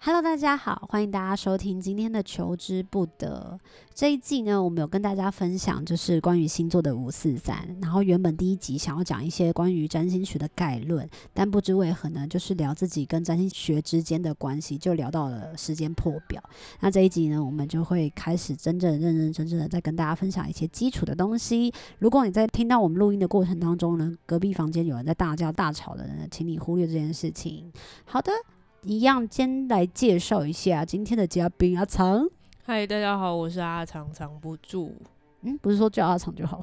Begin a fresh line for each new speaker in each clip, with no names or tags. Hello，大家好，欢迎大家收听今天的《求之不得》这一季呢，我们有跟大家分享就是关于星座的五四三，然后原本第一集想要讲一些关于占星学的概论，但不知为何呢，就是聊自己跟占星学之间的关系，就聊到了时间破表。那这一集呢，我们就会开始真正认认真真的再跟大家分享一些基础的东西。如果你在听到我们录音的过程当中呢，隔壁房间有人在大叫大吵的呢，请你忽略这件事情。好的。一样，先来介绍一下今天的嘉宾阿长。
嗨，大家好，我是阿长藏不 住，
嗯，不是说叫阿长就好。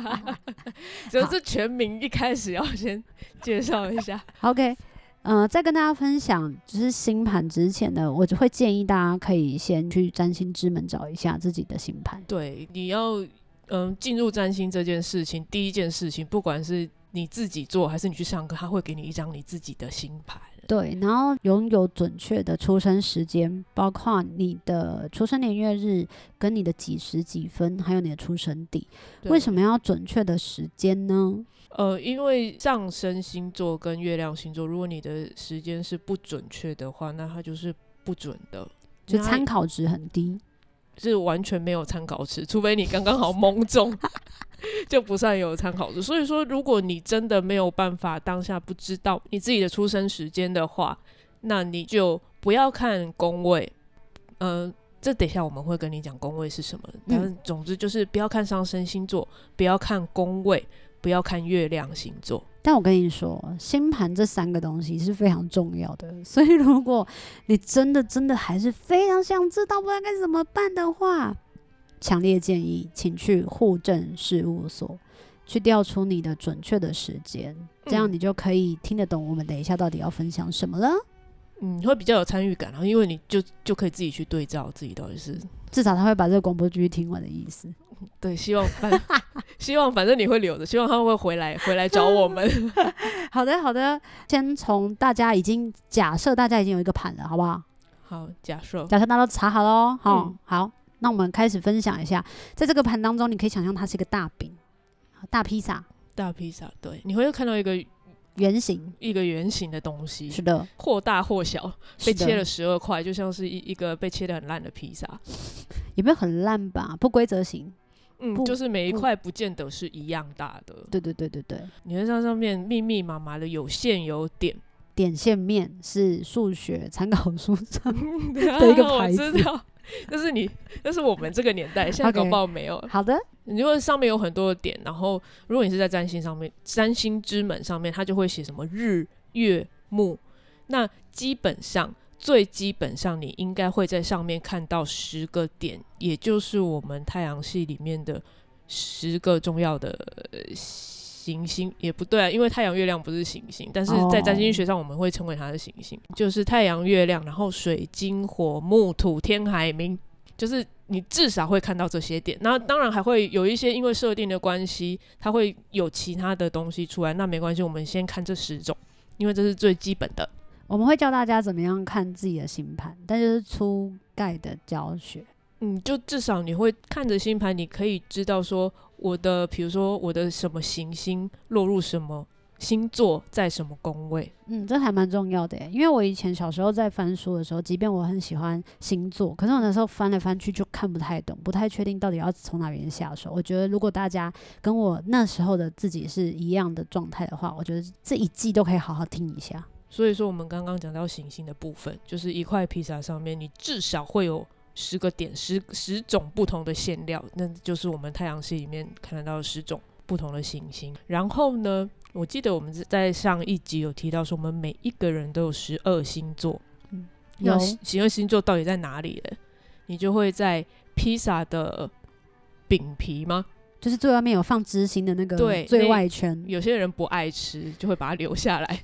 就是全名一开始要先介绍一下。
OK，呃，在跟大家分享就是星盘之前呢，我就会建议大家可以先去占星之门找一下自己的星盘。
对，你要嗯进入占星这件事情，第一件事情，不管是你自己做还是你去上课，他会给你一张你自己的星盘。
对，然后拥有准确的出生时间，包括你的出生年月日、跟你的几时几分，还有你的出生地。为什
么？
么要准确的时间呢？
呃，因为上升星座跟月亮星座，如果你的时间是不准确的话，那它就是不准的，
就
那它
参考值很低。
是完全没有参考值，除非你刚刚好蒙中， 就不算有参考值。所以说，如果你真的没有办法当下不知道你自己的出生时间的话，那你就不要看宫位，嗯、这等一下我们会跟你讲宫位是什么，
嗯
但总之就是不要看上升星座，不要看宫位，不要看月亮星座。
但我跟你说，星盘这三个东西是非常重要的， 所以如果你真的真的还是非常想知道不知道该怎么办的话，强烈建议请去户政事务所去调出你的准确的时间，这样
嗯
你就可以听得懂我们等一下到底要分享什么了。
嗯，会比较有参与感，然后因为你就就可以自己去对照自己到底是
至少他会把这个广播剧听完的意思。
对，希望反 希望反正你会留着，希望他会回来回来找我们。
好的，好的，先从大家已经假设大家已经有一个盘了，好不好？
好，假设
假设大家都查好喽，好、
嗯
好，那我们开始分享一下，在这个盘当中，你可以想象它是一个大饼，大披萨
大披萨，对，你会看到一个
圆形，
一个圆形的东西，
是的，
或大或小，
是
被
的
切了十二块，就像是一一个被切的很烂的披萨。
有没有很烂吧？不规则形，
嗯
不，
就是每一
不
块不见得是一样大的，
对对对对对，
你会在上面密密麻麻的有线有点
点线面是数学参考书 上
的
一个牌
我
子
知道， 就是你，就是我们这个年 代，现在
OK
搞不好没有。
好的，
你如果上面有很多的点，然后如果你是在占星上面，占星之门上面，它就会写什么日月木。那基本上最基本上，你应该会在上面看到十个点，也就是我们太阳系里面的十个重要的呃行星，也不对啊，因为太阳、月亮不是行星，但是在占星学上我们会称为它的行星，就是太阳、月亮，然后水晶、火、木、土、天、海、冥就是你至少会看到这些点，那当然还会有一些因为设定的关系，它会有其他的东西出来，那没关系，我们先看这十种，因为这是最基本的。
我们会教大家怎么样看自己的星盘，但就是粗概的教学。
嗯，就至少你会看着星盘，你可以知道说我的，比如说我的什么行星落入什么星座，在什么宫位。
嗯，这还蛮重要的耶，因为我以前小时候在翻书的时候，即便我很喜欢星座，可是我那时候翻来翻去就看不太懂，不太确定到底要从哪边下手。我觉得如果大家跟我那时候的自己是一样的状态的话，我觉得这一季都可以好好听一下。
所以说，我们刚刚讲到行星的部分，就是一块披萨上面，你至少会有十个点，十十种不同的馅料，那就是我们太阳系里面看得到的十种不同的行星。然后呢，我记得我们在上一集有提到说，我们每一个人都有十二星座，那
有
十十二星座到底在哪里呢？你就会在披萨的饼皮吗？
就是最外面有放知心的那个
对
最
那
外圈，
有些人不爱吃，就会把它留下来。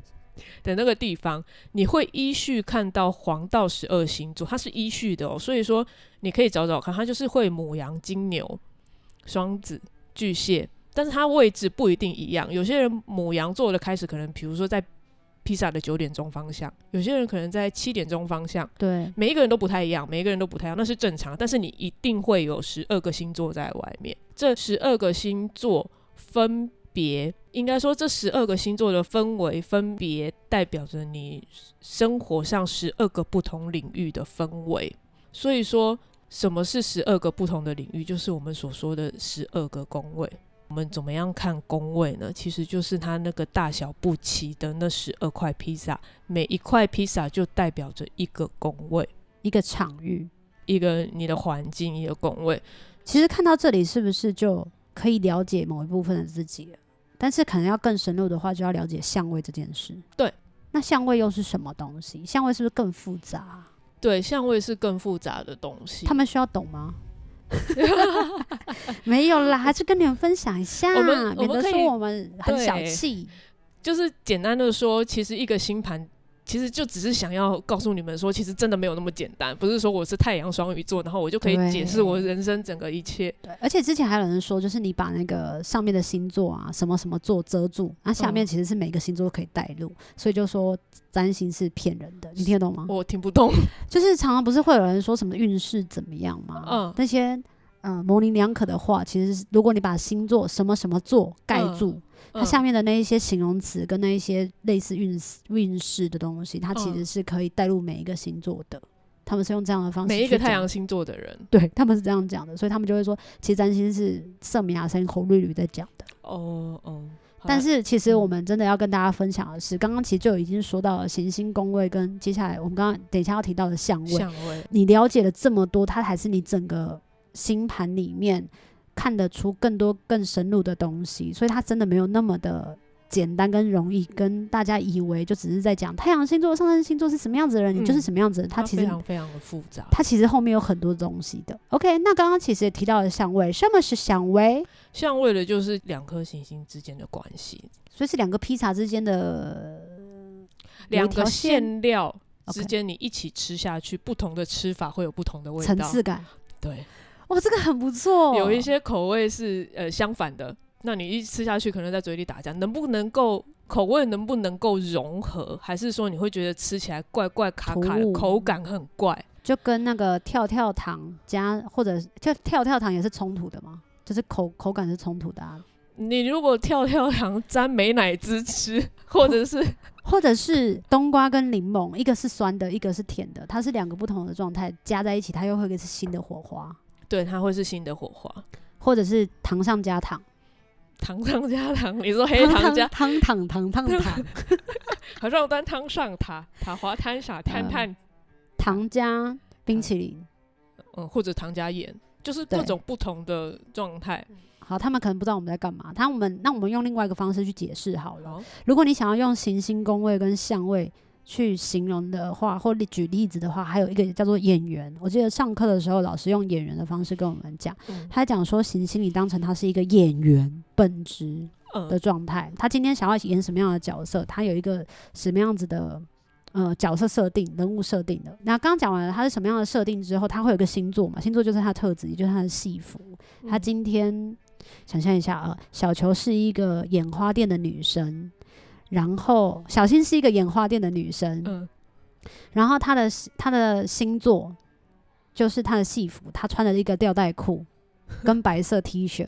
的那个地方，你会依序看到黄道十二星座，它是依序的哦。所以说，你可以找找看，它就是会母羊、金牛、双子、巨蟹，但是它位置不一定一样。有些人母羊座的开始可能，比如说在披萨的九点钟方向，有些人可能在七点钟方向，
对，
每一个人都不太一样，每一个人都不太一样，那是正常。但是你一定会有十二个星座在外面，这十二个星座分别，应该说这十二个星座的氛围分别代表着你生活上十二个不同领域的氛围。所以说，什么是十二个不同的领域？就是我们所说的十二个宫位。我们怎么样看宫位呢？其实就是它那个大小不齐的那十二块披萨，每一块披萨就代表着一个宫位。
一个场域。
一个你的环境，一个宫位。
其实看到这里，是不是就可以了解某一部分的自己了？但是可能要更深入的话，就要了解相位这件事。
对，
那相位又是什么东西？相位是不是更复杂啊？
对，相位是更复杂的东西。
他们需要懂 吗？没有啦，还是跟你们分享一下
我
免
们，我
得
们可以
说我们很小气。
就是简单的说，其实一个星盘，其实就只是想要告诉你们说，其实真的没有那么简单。不是说我是太阳双鱼座，然后我就可
对
以解释我人生整个一切。
对，而且之前还有人说，就是你把那个上面的星座啊，什么什么座遮住，那下面
嗯
其实是每个星座都可以带入，所以就说占星是骗人的，你听得懂吗？
我听不懂。
就是常常不是会有人说什么运势怎么样吗？
嗯
那些嗯模棱两可的话，其实是如果你把星座什么什么座盖住，它下
嗯
面的那一些形容词跟那一些类似运势运势的东西，它
嗯
其实是可以带入每一个星座的。他们是用这样的方式，
每一个太阳。星座的人，
对，他们是这样讲的，所以他们就会说，其实占星是圣米亚森侯瑞吕在讲的。
哦哦，好
但
啦
是其实我
嗯
们真的要跟大家分享的是，刚刚其实就已经说到了行星宫位跟接下来我们刚刚等一下要提到的相位。
相位，
你了解了这么多，它还是你整个星盘里面看得出更多更深入的东西，所以它真的没有那么的简单跟容易，跟大家以为就只是在讲太阳星座、上升星座是什么样子的人，你就是
嗯
什么样子的人。它其
非
实
常非常的复杂。
它其实后面有很多东西的。OK，那刚刚其实也提到了相位，什么是相位？
相位的就是两颗行星之间的关系，
所以是两个披萨之间的有一
两
条
个馅料之
OK
间你一起吃下去，不同的吃法会有不同的味
层
道。
次哦感。
对，
哇，这个很不错。
有一些口味是呃相反的，那你一吃下去可能在嘴里打架，能不能够口味能不能够融合，还是说你会觉得吃起来怪怪卡卡
突
的，
兀
口感很怪？
就跟那个跳跳糖加或者跳跳跳糖也是冲突的嘛，就是口口感是冲突的啊，
你如果跳跳糖沾美乃滋吃，或者是
或者是冬瓜跟柠檬，一个是酸的，一个是甜的，它是两个不同的状态加在一起，它又会是新的火花，
对，它会是新的火花。
或者是糖上加糖，
糖上加糖，你说黑糖
糖
加，
糖糖糖糖糖
好像端汤上塔，塔滑摊傻探
嗯
探，
糖加冰淇淋，
嗯，或者糖加盐，就是
对
各种不同的状态。
好，他们可能不知道我们在干嘛，他们那我们用另外一个方式去解释好了。
好，
如果你想要用行星宫位跟相位去形容的话，或例举例子的话，还有一个叫做演员。我记得上课的时候，老师用演员的方式跟我们讲，
嗯
他讲说行星你当成他是一个演员本质的
嗯
状态，他今天想要演什么样的角色，他有一个什么样子的。呃，角色设定、人物设定的。那刚刚讲完了他是什么样的设定之后，他会有一个星座嘛？星座就是他的特质，也就是他的戏服。她
嗯
今天想象一下啊，小球是一个眼花店的女生，然后小新是一个眼花店的女生，
嗯
然后她的她的星座就是她的戏服，她穿了一个吊带 裤跟白色 T 恤。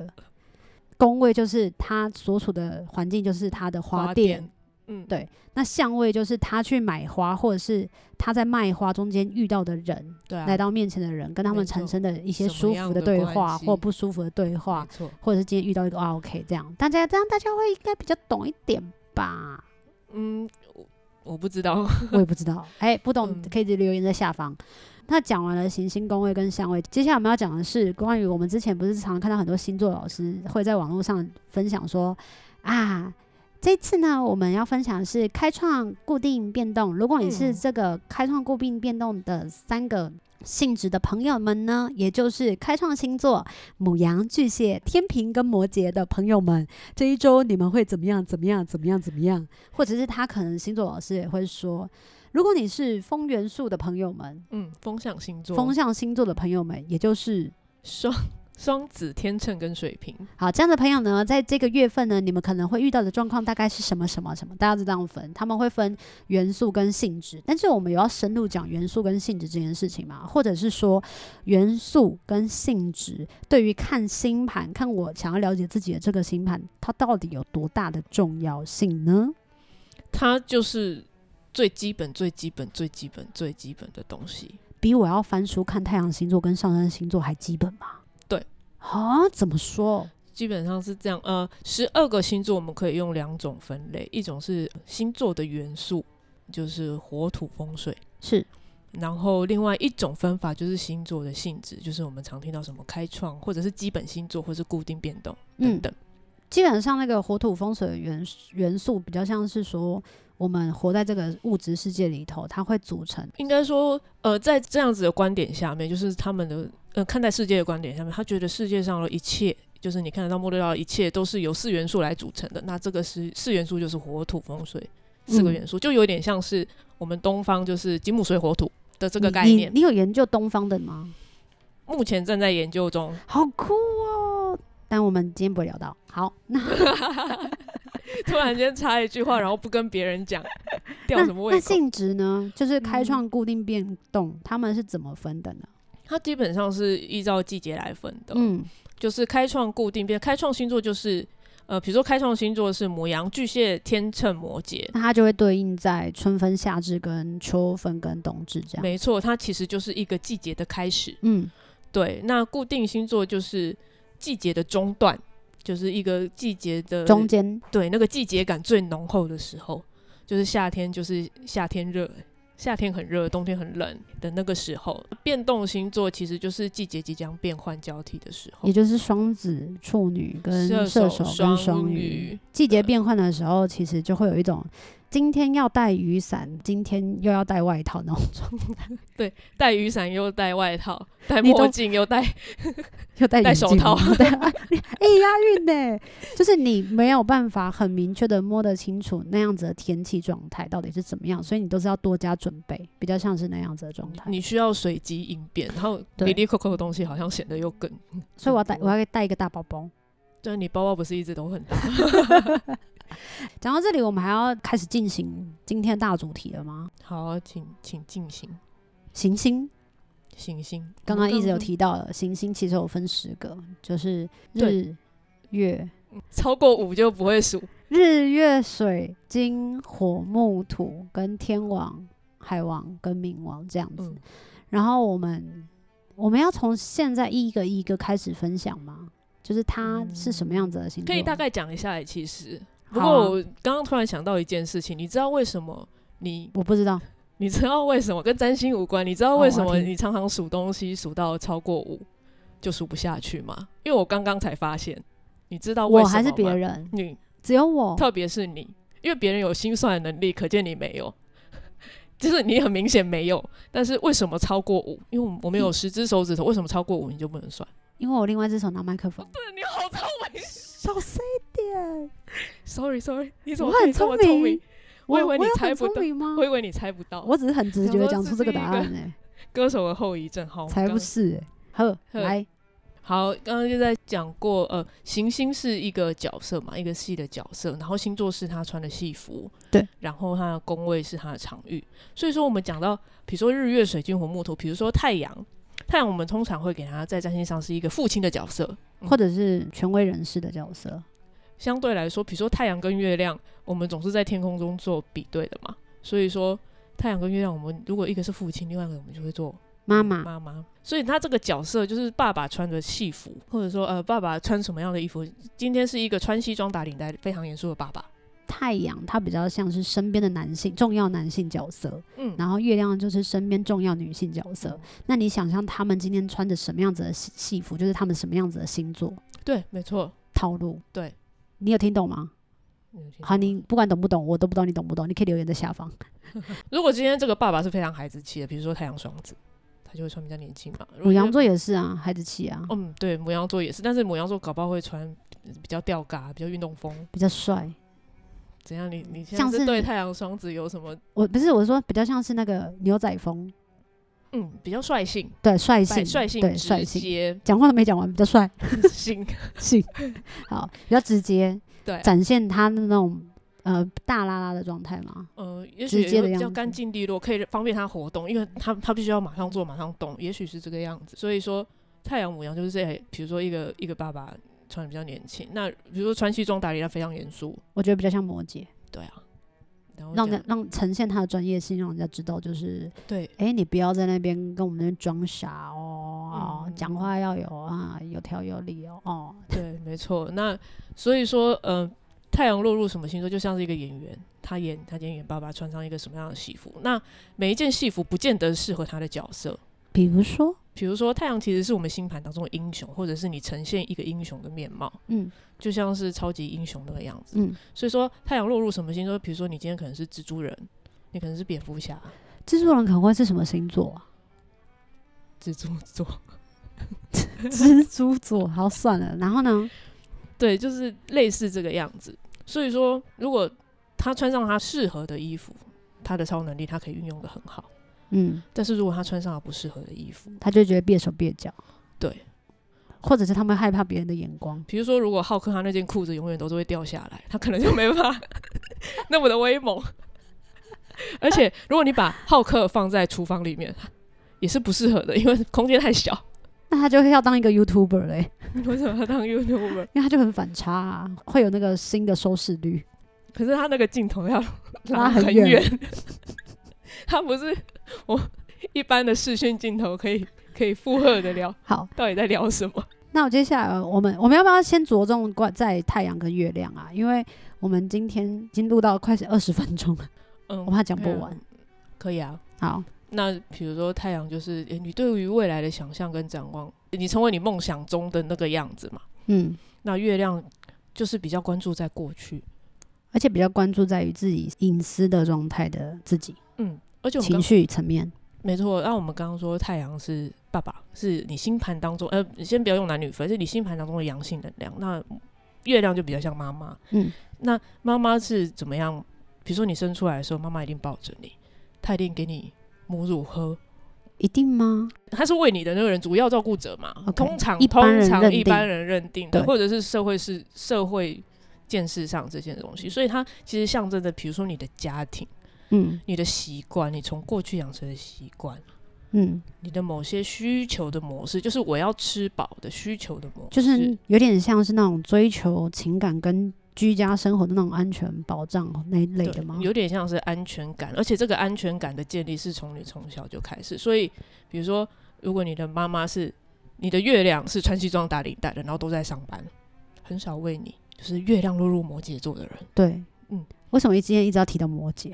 宫位就是她所处的环境，就是她的花店。，
嗯，
对那相位就是她去买花，或者是她在卖花中间遇到的人，
对啊，
来到面前的人，跟他们
没错
产生的一些
什么
舒服
样
的
的
对
关
话
系
或不舒服的对话。
没错，
或者是今天遇到一个啊 OK 这样，大家这样大家会应该比较懂一点吧？
嗯，我我不知道，
我也不知道，哎、不懂
嗯
可以留言在下方。那讲完了行星宫位跟相位，接下来我们要讲的是关于我们之前不是常常看到很多星座老师会在网络上分享说啊，这次呢，我们要分享的是开创、固定、变动。如果你是
嗯
这个开创、固定、变动的三个性质的朋友们呢，也就是开创星座母羊、巨蟹、天平跟摩羯的朋友们，这一周你们会怎么样？怎么样？怎么样？怎么样？或者是他可能星座老师也会说，如果你是风元素的朋友们，
嗯，风象星座，
风象星座的朋友们，也就是
双双子、天秤跟水瓶，
好，这样的朋友呢，在这个月份呢，你们可能会遇到的状况大概是什么什么什么？大家都这样分，他们会分元素跟性质，但是我们有要深入讲元素跟性质这件事情嘛？或者是说元素跟性质对于看星盘，看我想要了解自己的这个星盘，它到底有多大的重要性呢？
它就是最基本、最基本、最基本、最基本的东西。
比我要翻书看太阳星座跟上升星座还基本吗？
对，
啊，怎么说？
基本上是这样，呃，十二个星座我们可以用两种分类，一种是星座的元素，就是火土风水，
是
然后另外一种分法就是星座的性质，就是我们常听到什么开创，或者是基本星座，或是固定变动
嗯
等等。
基本上那个火土风水的元素元素比较像是说，我们活在这个物质世界里头，它会组成
应该说，呃，在这样子的观点下面，就是他们的呃看待世界的观点下面，他觉得世界上的一切，就是你看得到、摸得到的一切，都是由四元素来组成的。那这个是四元素，就是火、土、风、水四个
嗯
元素，就有点像是我们东方就是金木水火土的这个概
你
念
你。你有研究东方的吗？
目前正在研 究中，
好酷哦！但我们今天不会聊到。好，那
突然间插一句话，然后不跟别人讲，吊
那
什么
那
胃口？
性质呢？就是开
嗯
创、固定、变动，他们是怎么分的呢？
它基本上是依照季节来分的。
嗯，
就是开创固定变，开创星座就是呃，比如说开创星座是母羊、巨蟹、天秤、摩羯，
那它就会对应在春分、夏至、跟秋分、跟冬至这样。
没错，它其实就是一个季节的开始。
嗯，
对，那固定星座就是季节的中段，就是一个季节的
中，间
对，那个季节感最浓厚的时候，就是夏天，就是夏天热。夏天很热，冬天很冷的那个时候，变动星座其实就是季节即将变换交替的时候
也。就是双子、处女跟
射
射手
手
跟
双
双鱼
鱼，
季节
对
变换的时候，其实就会有一种今天要带雨伞，今天又要带外套那种状态，
带雨伞又带外套，戴
你都
墨镜又戴
又戴
戴
眼
手
镜
套
对，哎、押韵呢，就是你没有办法很明确的摸得清楚那样子的天气状态到底是怎么样，所以你都是要多加准备，比较像是那样子的状态。
你需要随机应变，然后
对
里里扣扣的东西好像显得又更，
所以我要带，
很
我
多
要带一个大包包。
就是你包包不是一直都很大，
讲到这里，我们还要开始进行今天的大主题了吗？
好啊，请请进行
行星。
行星，
刚刚一
嗯
直有提到了，行星其实有分十个，就是日
对、
月、
超过五就不会数，
日月水金火木土跟天王、海王跟冥王这样子。
嗯，
然后我们我们要从现在一个一个开始分享吗？就是它是什么样子的星座？
嗯可以大概讲一下欸其实，不
好啊
过我刚刚突然想到一件事情，你知道为什么你
我不知道，
你知道为什么跟占星无关？你知
哦
道为什
我
么
要听
你常常数东西数到超过五就数不下去吗？因为我刚刚才发现，你知道为
我
什么
还是
吗
别人，
你
只有我。
特别是你，因为别人有心算的能力，可见你没有， 就是你很明显没有。但是为什么超过五？因为我们我们有十只手指头，为什么超过五你就不能算？
因为我另外一只手拿麦克风，
对，你好聪 明
小声一点。
，sorry sorry，你怎
我
么可
很
以这
聪
么聪
明
明？，我以为你
有
猜
很
不
聪
到
明吗？
我以为你猜不到，
我只是很直觉地
想说
讲出这个
自己
答
一个
案哎、
歌手的后遗症，好，我们
才
刚
不是、欸。呵，
呵
来，
好，刚刚就在讲过，呃，行星是一个角色嘛，一个戏的角色，然后星座是他穿的戏服，
对，
然后他的宫位是他的场域，所以说我们讲到，比如说日月水金火木土，比如说太阳，太阳我们通常会给他在占星上是一个父亲的角色，嗯
或者是权威人士的角色，
相对来说，比如说太阳跟月亮，我们总是在天空中做比对的嘛，所以说太阳跟月亮，我们如果一个是父亲，另外一个我们就会做
妈妈
妈妈，所以他这个角色就是爸爸穿着戏服，或者说呃，爸爸穿什么样的衣服？今天是一个穿西装打领带非常严肃的爸爸，
太阳，它比较像是身边的男性重要男性角色，
嗯，
然后月亮就是身边重要女性角色。
嗯
那你想象他们今天穿着什么样子的戏戏服，就是他们什么样子的星座
对，没错，
套路？
对，
你有听懂吗？
你有听
好，
说
你不管懂不懂，我都不懂，你懂不懂？你可以留言在下方。
如果今天这个爸爸是非常孩子气的，比如说太阳双子，他就会穿比较年轻嘛。
母
如果
羊
是，
座也是啊，孩子气啊，
嗯，对，母羊座也是，但是母羊座搞不好会穿比较吊嘎、比较运动风。
比较帅。
怎样？你你现
像
在是
是
对太阳双子有什么？
我不是我说比较像是那个牛仔风，
嗯，比较率性，
对，率
百
性，
率性，
对，
直
率性。
接
讲话都没讲完，比较 率
性，
性，好，比较直接，
对，
展现他的那种呃大拉拉的状态嘛。
呃，也
直
许
接
也
的
会比较
样子
干净利落，可以方便他活动，因为他他必须要马上做马上动，也许是这个样子。所以说，太阳母羊就是这，比如说一个一个爸爸穿的比较年轻，那比如说穿西装打理他非常严肃，
我觉得比较像摩羯，
对啊，然后
让
这样
人让呈现他的专业性，让人家知道就是，
对
哎、你不要在那边跟我们那边装傻哦，
嗯
讲、话要有啊，有条有理哦，哦，
对，没错。那所以说，呃，太阳落入什么星座，就像是一个演员，他演他演员爸爸穿上一个什么样的戏服，那每一件戏服不见得适合他的角色。
比如说，
比如说，太阳其实是我们星盘当中的英雄，或者是你呈现一个英雄的面貌，
嗯
就像是超级英雄那个样子。
嗯，
所以说，太阳落入什么星座，比如说你今天可能是蜘蛛人，你可能是蝙蝠侠，
制作人可能会是什么星座 啊？
蜘蛛座，
蜘蛛座，好算了，然后呢？
对，就是类似这个样子。所以说，如果他穿上他适合的衣服，他的超能力他可以运用的很好。
嗯，
但是如果他穿上了不适合的衣服，
他就觉得蹩手蹩脚，
对，
或者是他们害怕别人的眼光，
比如说如果浩克他那件裤子永远都是会掉下来，他可能就没办法 那么的威猛。而且如果你把浩克放在厨房里面，也是不适合的，因为空间太小。
那他就会要当一个 YouTuber 嘞，
为什么要当 YouTuber？
因为他就很反差、啊，会有那个新的收视率，
可是他那个镜头要
拉很
很
远
远， 他不是我一般的视讯镜头可以可以负荷得了。
好。
到底在聊什么？
那我接下来呃我们我们要不要先着重关在太阳跟月亮啊？因为我们今天已经录到快二十分钟了，
嗯
我，怕讲不完。
可以啊。
好，
那比如说太阳就是、诶你对于未来的想象跟展望，你成为你梦想中的那个样子嘛。
嗯，
那月亮就是比较关注在过去，
而且比较关注在于自己隐私的状态的自己
嗯，而且我们
情
刚
绪层面。
没错，那我们刚刚说太阳是爸爸，是你星盘当中，呃，你先不要用男女分，是你星盘当中的阳性能量。那月亮就比较像妈妈，
嗯，
那妈妈是怎么样？比如说你生出来的时候，妈妈一定抱着你，她一定给你母乳喝，
一定吗？
他是为你的那个人主要照顾者嘛
OK，
通常
一般人
通常
认定
一般人认定的，
对
或者是社会是社会见识上这些东西，所以它其实象征着，比如说你的家庭、
嗯
你的习惯，你从过去养成的习惯，
嗯，
你的某些需求的模式，就是我要吃饱的需求的模式，
就是有点像是那种追求情感跟居家生活的那种安全保障那一类
对
的吗？
有点像是安全感，而且这个安全感的建立是从你从小就开始。所以，比如说，如果你的妈妈是你的月亮是穿西装打领带的，然后都在上班，很少为你，就是月亮落入摩羯座的人。
对，嗯
嗯。
为什么今天一直要提到摩羯？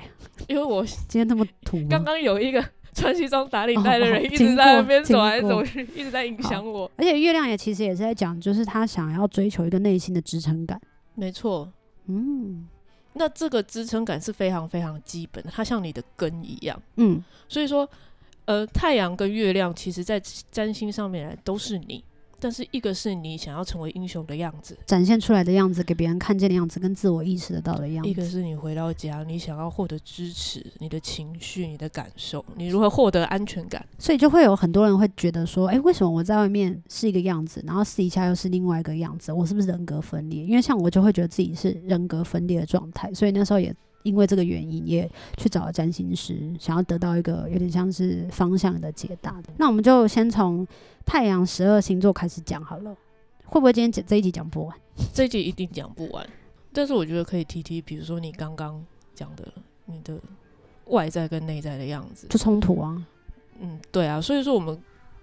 因为我
今天那么土吗？
刚刚有一个穿西装打领带的人
哦哦
一
经
直在那
过
边
经
走来
过
走去，一直在影响我。
而且月亮也其实也是在讲，就是他想要追求一个内心的支撑感。
没错，
嗯
那这个支撑感是非常非常基本的，它像你的根一样。
嗯，
所以说，呃，太阳跟月亮其实在占星上面来都是你，但是一个是你想要成为英雄的样子，
展现出来的样子，给别人看见的样子，跟自我意识得到的样
一
子。
个是你回到家你想要获得支持，你的情绪、你的感受，你如何获得安全感？
所以就会有很多人会觉得说，哎、为什么我在外面是一个样子，然后私底下又是另外一个样子？我是不是人格分裂？因为像我就会觉得自己是人格分裂的状态，所以那时候也因为这个原因，也去找了占星师，想要得到一个有点像是方向的解答。那我们就先从太阳十二星座开始讲好了，会不会今天这这一集讲不完？
这一集一定讲不完，但是我觉得可以提提，比如说你刚刚讲的你的外在跟内在的样子，
就冲突啊
嗯，对啊，所以说我们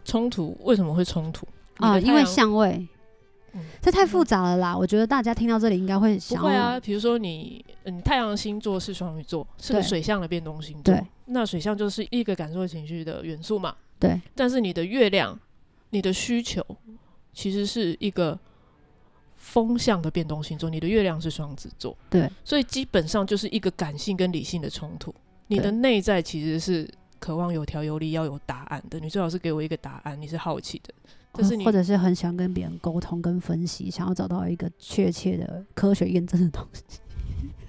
冲突为什么会冲突？你
啊，
的
因
太
为
阳
相位
嗯，
这太复杂了啦。我觉得大家听到这里应该会
不
想
会
要
啊，比如说你，嗯，太阳星座是双鱼座，是个
对
水象的变动星座。
对，
那水象就是一个感受情绪的元素嘛。
对，
但是你的月亮，你的需求，其实是一个风向的变动星座，你的月亮是双子座，
对，
所以基本上就是一个感性跟理性的冲突。你的
对
内在其实是渴望有条有理，要有答案的。你最好是给我一个答案，你是好奇的，这是你
哦或者是很喜欢跟别人沟通跟分析，想要找到一个确切的科学验证的东西，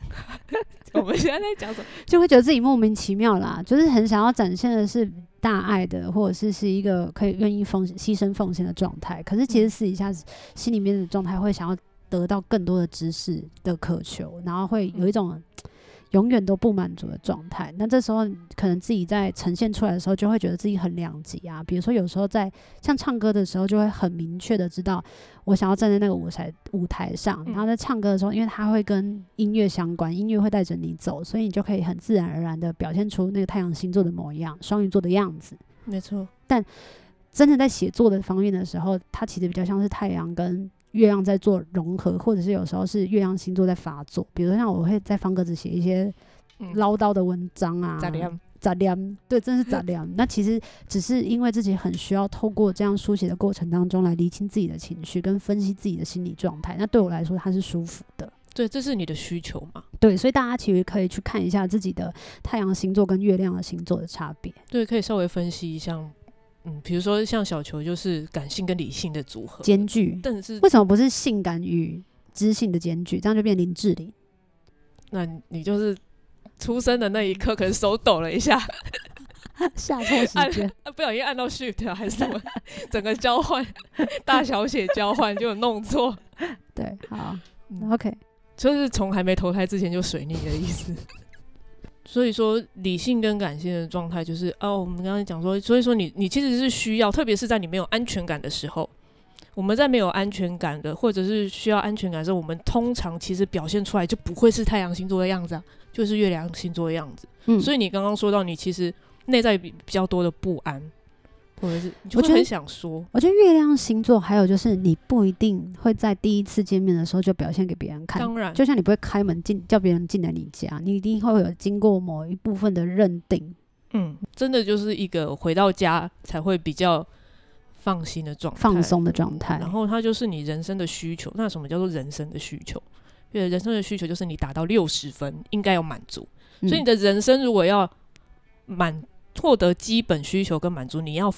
我们现在在讲什么？
就会觉得自己莫名其妙啦，就是很想要展现的是大爱的，或者是是一个可以愿意奉牺牲奉献的状态。可是其
嗯
实私底下心里面的状态会想要得到更多的知识的渴求，然后会
嗯
有一种。永远都不满足的状态，那这时候可能自己在呈现出来的时候，就会觉得自己很两极啊。比如说，有时候在像唱歌的时候，就会很明确的知道我想要站在那个舞台舞台上，
嗯
然后在唱歌的时候，因为它会跟音乐相关，音乐会带着你走，所以你就可以很自然而然的表现出那个太阳星座的模样、双鱼座的样子。
没错，
真的在写作的方面的时候，它其实比较像是太阳跟月亮在做融合，或者是有时候是月亮星座在发作。比如说像我会在方格子写一些
嗯
唠叨的文章啊，
咋样？
杂粮，对，真的 是杂粮。那其实只是因为自己很需要透过这样书写的过程当中来厘清自己的情绪，跟分析自己的心理状态。那对我来说，它是舒服的。
对，这是你的需求嘛？
对，所以大家其实可以去看一下自己的太阳星座跟月亮的星座的差别。
对，可以稍微分析一下。嗯，比如说像小球就是感性跟理性的组合，
间距
但是
为什么不是性感与知性的间距？这样就变林志玲。
那你就是出生的那一刻，可能手抖了一下，
下错时间，
啊，不小心按到 shift 啊还是什么，整个交换 大小写交换就有弄错，
对，好
嗯
，OK，
就是从还没投胎之前就水逆的意思。 所以说，理性跟感性的状态就是哦，我们刚才讲说，所以说你你其实是需要，特别是在你没有安全感的时候，我们在没有安全感的或者是需要安全感的时候，我们通常其实表现出来就不会是太阳星座的样子啊，就是月亮星座的样子。
嗯，
所
以
以你刚刚说到，你其实内在比比较多的不安，或者是你就
我
会
觉得
很想说，
我觉得月亮星座还有就是你不一定会在第一次见面的时候就表现给别人看，
当然，
就像你不会开门进叫别人进来你家，你一定会有经过某一部分的认定。
嗯，真的就是一个回到家才会比较放心的状态，
放松哎的状态
然后它就是你人生的需求。那什么叫做人生的需求？对，人生的需求就是你达到六十分应该要满足。所以你
嗯
的人生如果要满获得基本需求跟满足，你要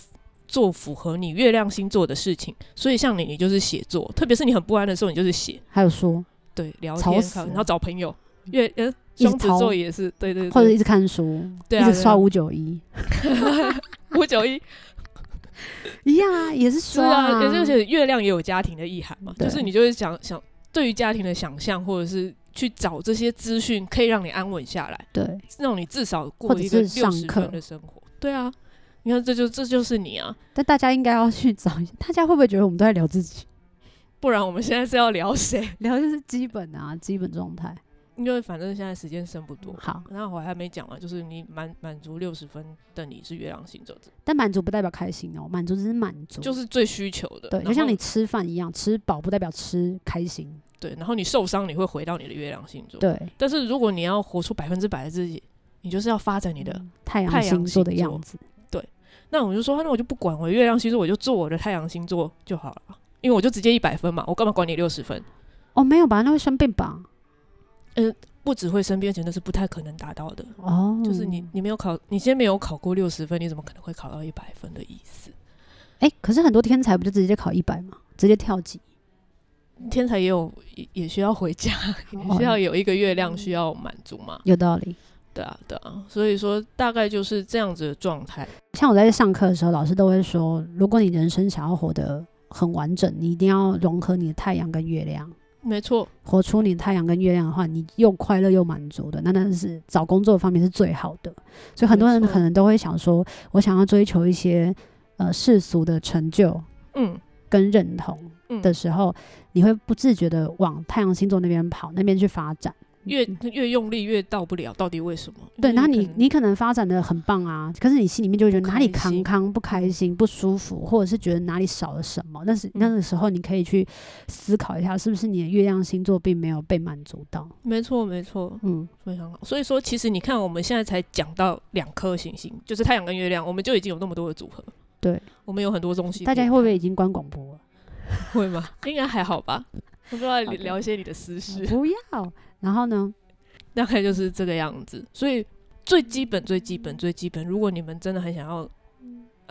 做符合你月亮星座的事情。所以像你，你就是写作，特别是你很不安的时候，你就是写，
还有说，
对，聊
吵
天，
死
靠
了
然后找朋友。月呃，
一直
双子
逃
座也是，对对对，
或者一直看书，
对啊
一
对
直
啊
刷五九一，
五九一
一样啊，也是
是
刷
啊，也就是月亮也有家庭的意涵嘛，
对
就是你就会想想对于家庭的想象，或者是去找这些资讯，可以让你安稳下来，
对，
让你至少
或
过
者
一个
是上
六十
课
分的生活。对啊，你看这就这就是你啊，
但大家应该要去找一下，大家会不会觉得我们都在聊自己？
不然我们现在是要聊谁？
聊就是基本啊，基本状态。
因为反正现在时间剩不多。
好，
那我还没讲完，就是你满满足六十分的你是月亮星座，
但满足不代表开心哦，满足只是满足，
就是最需求的。
对，
然
就像
后
你吃饭一样，吃饱不代表吃开心。
对，然后你受伤，你会回到你的月亮星座。
对，
但是如果你要活出百分之百的自己，你就是要发展你的
嗯太
太
阳
阳
星座的
星座
样子，
那我就说，啊那我就不管我的月亮星座，我就做我的太阳星座就好了，因为我就直接一百分嘛，我干嘛管你六十分？
哦，没有吧？那会生病吧？
不只会生病，而且那是不太可能达到的。
哦，
就是你，你没有考，你先没有考过六十分，你怎么可能会考到一百分的意思？
哎、可是很多天才不就直接考一百吗？直接跳 级？
天才也有也也需要回家，
哦
也需要有一个月亮需要满足嘛？
有道理。
对啊，对啊，所以说大概就是这样子的状态。
像我在上课的时候，老师都会说，如果你人生想要活得很完整，你一定要融合你的太阳跟月亮，
没错，
活出你的太阳跟月亮的话，你又快乐又满足的，那那是找工作方面是最好的。所以很多人
没错
可能都会想说，我想要追求一些呃世俗的成就
嗯
跟认同
嗯，
的时候，你会不自觉的往太阳星座那边跑，那边去发展。
越越用力越到不了，到底为什么？
嗯对，然后
就是
你
嗯可能
你可能发展的很棒啊，可是你心里面就会觉得
不
哪
开
里
心
康康不开心、不舒服，或者是觉得哪里少了什么，那是那
嗯
个时候你可以去思考一下，是不是你的月亮星座并没有被满足到？
没错没错，
嗯，
非常好。所以说，其实你看，我们现在才讲到两颗行星，就是太阳跟月亮，我们就已经有那么多的组合。
对，
我们有很多东西可以，
大家会不会已经关广播了？
会吗？应该还好吧。我不知道
OK
聊一些你的私 事。
不要。然后呢，
大概就是这个样子。所以最基本、最基本、最基本，如果你们真的很想要，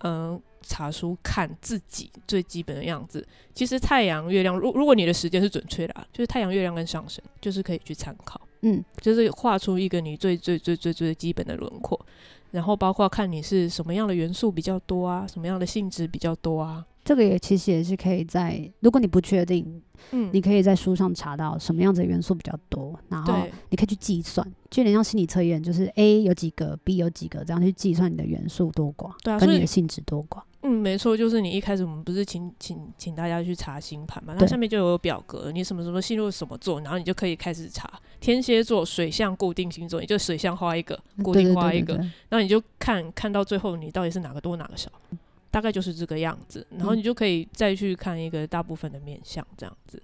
嗯、查书看自己最基本的样子，其实太阳、月亮，如如果你的时间是准确的、啊，就是太阳、月亮跟上升，就是可以去参考，
嗯，
就是画出一个你最最最最最基本的轮廓。然后包括看你是什么样的元素比较多啊，什么样的性质比较多啊，
这个也其实也是可以在，如果你不确定，
嗯
你可以在书上查到什么样子的元素比较多，然后
对
你可以去计算，就有点像心理测验，就是 A 有几个，B 有几个，这样去计算你的元素多寡，
对啊
跟
所以
你的性质多寡。
嗯，没错，就是你一开始我们不是请请请大家去查星盘嘛，那
对
下面就有表格，你什么什么星座什么座，然后你就可以开始查天蝎座、水象固定星座，你就水象画一个，固
对
定
嗯对
画
对
一
对
个，
对，
然后你就看看到最后你到底是哪个多哪个少，大概就是这个样子，然后
嗯
你就可以再去看一个大部分的面相这样子，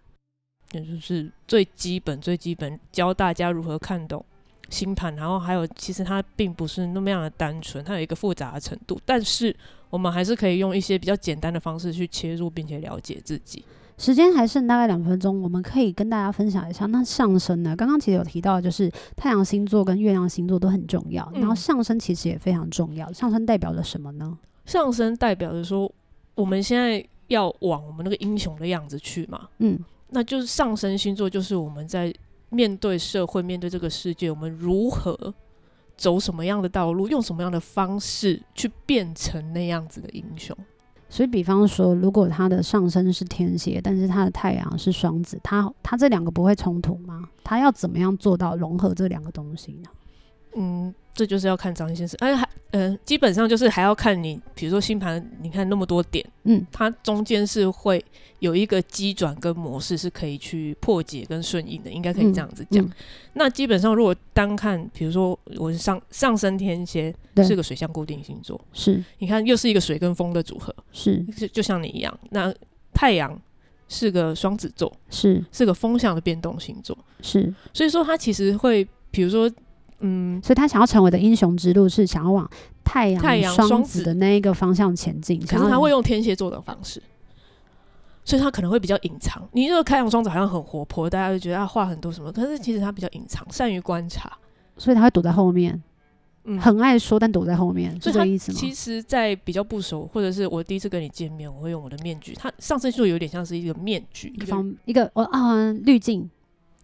也就是最基本最基本教大家如何看懂。星盘，然后还有，其实它并不是那么样的单纯，它有一个复杂的程度，但是我们还是可以用一些比较简单的方式去切入，并且了解自己。
时间还剩大概两分钟，我们可以跟大家分享一下。那上升呢？刚刚其实有提到，就是太阳星座跟月亮星座都很重要，然后
嗯
上升其实也非常重要。上升代表了什么呢？
上升代表着说，我们现在要往我们那个英雄的样子去嘛，
嗯，
那就是上升星座，就是我们在面对社会、面对这个世界，我们如何走什么样的道路，用什么样的方式去变成那样子的英雄。
所以，比方说，如果他的上升是天蝎，但是他的太阳是双子，他他这两个不会冲突吗？他要怎么样做到融合这两个东西呢？
嗯，这就是要看张先生，哎，还嗯、基本上就是还要看你，比如说星盘，你看那么多点，
嗯，
它中间是会有一个机转跟模式是可以去破解跟顺应的，应该可以这样子讲。
嗯
那基本上如果单看，比如说我是上上升天蝎
对
是个水象固定星座，
是
你看又是一个水跟风的组合，
是
就就像你一样，那太阳是个双子座，
是
是个风向的变动星座，
是，
所以说它其实会，比如说，嗯，
所以他想要成为的英雄之路是想要往太阳
太阳
双
双
子
子
的那一个方向前进。
可
想
是
要
他会用天蝎座的方式，所以他可能会比较隐藏。你这个开阳双子好像很活泼，大家就觉得他啊话很多什么，可是其实他比较隐藏，善于观察，
所以他会躲在后面，
嗯，
很爱说，但躲在后面，是
所以
这
他
个意思吗？
其实，在比较不熟，或者是我第一次跟你见面，我会用我的面具。他上升星座有点像是一个面具，
一
一
个
个
方一个我啊滤镜，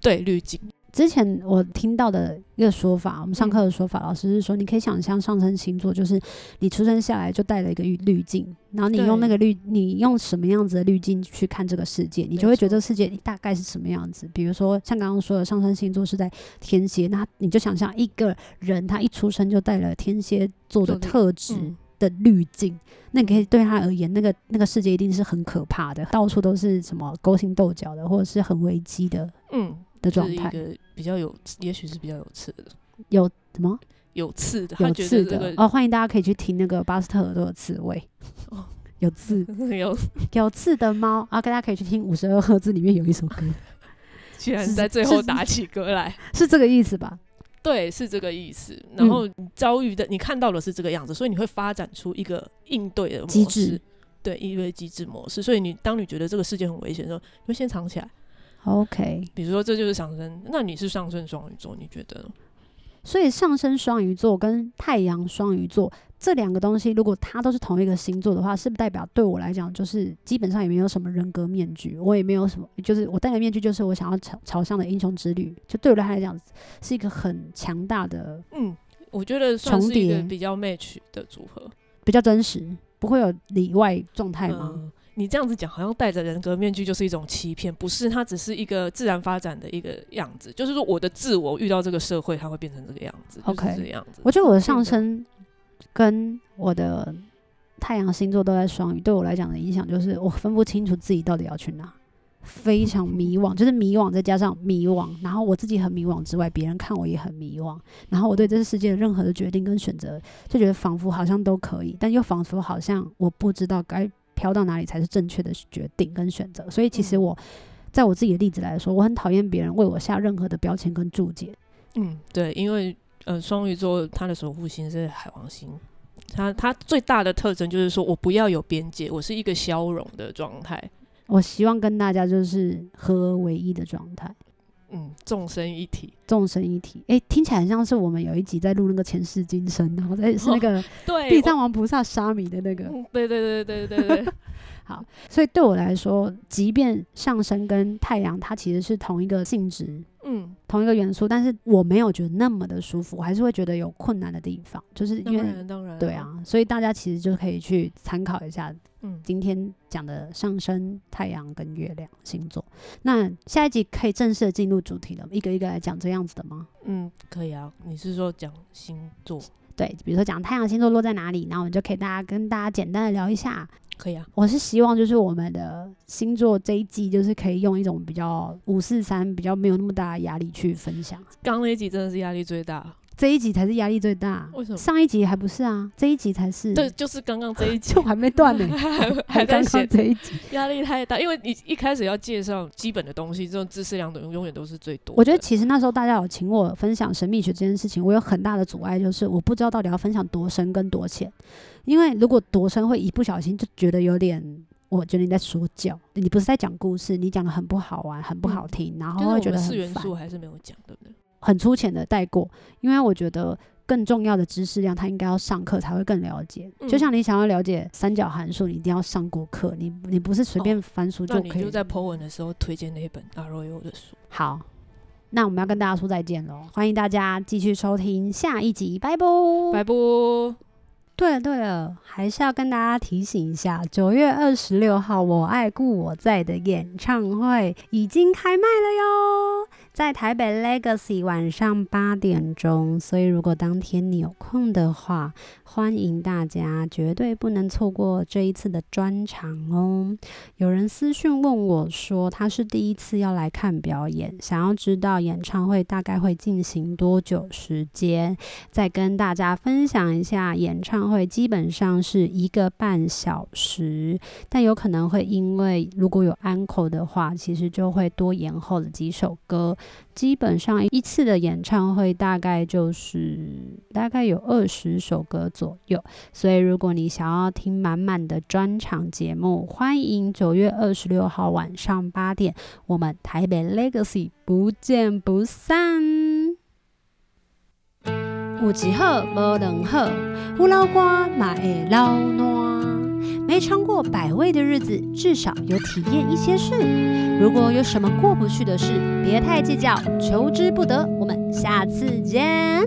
对滤镜。
之前我听到的一个说法，我们上课的说法，
嗯
老师是说，你可以想象上升星座就是你出生下来就带了一个滤滤镜，然后你
对
用那个滤，你用什么样子的滤镜去看这个世界，你就会觉得这个世界大概是什么样子。比如说像刚刚说的，上升星座是在天蝎，那你就想象一个人他一出生就带了天蝎座的
座的
特质。
嗯
的滤镜，那你可以对他而言，那个那个世界一定是很可怕的，到处都是什么勾心斗角的，或者是很危机的
嗯，
的
就
状
是一
态。
个比较有，也许是比较有刺的，
有什么？
有刺的，他
有
觉
刺
得这
的
个
哦，欢迎大家可以去听那个巴斯特耳朵的刺猬
哦，
有刺
有，
有刺的猫啊，大家可以去听五十二赫兹里面有一首歌，
居然
是
在最
是
后打起嗝来。
是这个意思吧？
对，是这个意思。
嗯
然后你遭遇的，你看到的是这个样子，所以你会发展出一个应对的模
机
式，
制
对应对机制模式。所以你当你觉得这个世界很危险的时候，你会先藏起来。
OK，
比如说，这就是上升，那你是上升双鱼座，你觉得呢？
所以上升双鱼座跟太阳双鱼座这两个东西，如果它都是同一个星座的话，是不是代表对我来讲，就是基本上也没有什么人格面具，我也没有什么，就是我戴的面具就是我想要朝朝向的英雄之旅，就对我来讲是一个很强大的、
嗯，我觉得算
重
是一个
叠
比较 match 的组合。
比较真实，不会有里外状态吗？
嗯你这样子讲，好像戴着人格面具就是一种欺骗，不是？它只是一个自然发展的一个样子，就是说我的自我遇到这个社会，它会变成这个样子就是
OK
这个样子。
我觉得我的
这
上
个
升跟我的太阳星座都在双鱼，对我来讲的影响就是我分不清楚自己到底要去哪，
嗯
非常迷惘，就是迷惘再加上迷惘，然后我自己很迷惘之外，别人看我也很迷惘，然后我对这个世界的任何的决定跟选择，就觉得仿佛好像都可以，但又仿佛好像我不知道该飘到哪里才是正确的决定跟选择，所以其实
嗯
我。在我自己的例子来说，我很讨厌别人为我下任何的标签跟注解。
嗯，对，因为呃，双鱼座它的守护星是海王星，它它最大的特征就是说我不要有边界，我是一个消融的状态，
我希望跟大家就是合而为一的状态，
嗯，众生 一体，
众生一体。诶，听起来很像是我们有一集在录那个前世今生，然后在是那个
对，
地
我
藏王菩萨沙弥的那个。
嗯，对对对对对对 对，
好，所以对我来说，即便上升跟太阳它其实是同一个性质、
嗯，
同一个元素，但是我没有觉得那么的舒服，我还是会觉得有困难的地方，就是
当
因为
然当然，
对，啊，所以大家其实就可以去参考一下
嗯，
今天讲的上升、太阳跟月亮星座。那下一集可以正式的进入主题了，一个一个来讲这样子的吗？
嗯，可以啊。你是说讲星座？
对，比如说讲太阳星座落在哪里，然后我们就可以大家跟大家简单的聊一下。
可以啊。
我是希望就是我们的星座这一季就是可以用一种比较五四三比较没有那么大的压力去分享，
刚刚那一集真的是压力最大，
这一集才是压力最大。
为什么
上一集还不是啊，这一集才是。
对，，就是刚刚这一 集
就还没断呢、
还
还
还
刚
在
刚
写，
这一集。
压力太大，因为你一开始要介绍基本的东西，这种知识量的永远都是最多的。
我觉得其实那时候大家有请我分享神秘学这件事情，我有很大的阻碍，就是我不知道到底要分享多深跟多浅，因为如果多深会一不小心就觉得有点。我觉得你在说教，你不是在讲故事，你讲的很不好玩，很不好听，然
嗯就是
后
我
会觉得
们
很
四元
烦
素还是没有讲，对不对？
很粗浅的带过，因为我觉得更重要的知识量，他应该要上课才会更了解。
嗯
就像你想要了解三角函数，你一定要上过课，你你不是随便翻书
哦那
就
你
可以。
就在 Po 文的时候推荐那一本阿罗优的书。
好，那我们要跟大家说再见喽，欢迎大家继续收听下一集，拜拜。
拜拜。
对了对了，还是要跟大家提醒一下，九月二十六号《我爱故我在》的演唱会已经开卖了哟，在台北 Legacy 晚上八点钟，所以如果当天你有空的话，欢迎大家绝对不能错过这一次的专场哦。有人私讯问我说，他是第一次要来看表演，想要知道演唱会大概会进行多久时间，再跟大家分享一下，演唱会基本上是一个半小时，但有可能会因为如果有 uncle 的话，其实就会多延后了几首歌。基本上一次的演唱会大概就是大概有二十首歌左右，所以如果你想要听满满的专场节目，欢迎九月二十六号晚上八点，我们台北 Legacy 不见不散。有一好无两好，有老歌嘛会老烂。没尝过百味的日子，至少有体验一些事。如果有什么过不去的事，别太计较，求之不得。我们下次见。